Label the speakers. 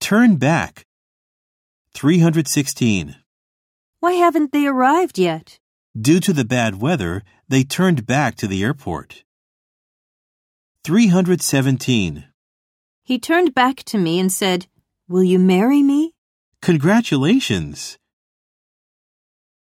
Speaker 1: Turn back. 316.
Speaker 2: Why haven't they arrived yet?
Speaker 1: Due to the bad weather, they turned back to the airport. 317.
Speaker 2: He turned back to me and said, Will you marry me?
Speaker 1: Congratulations!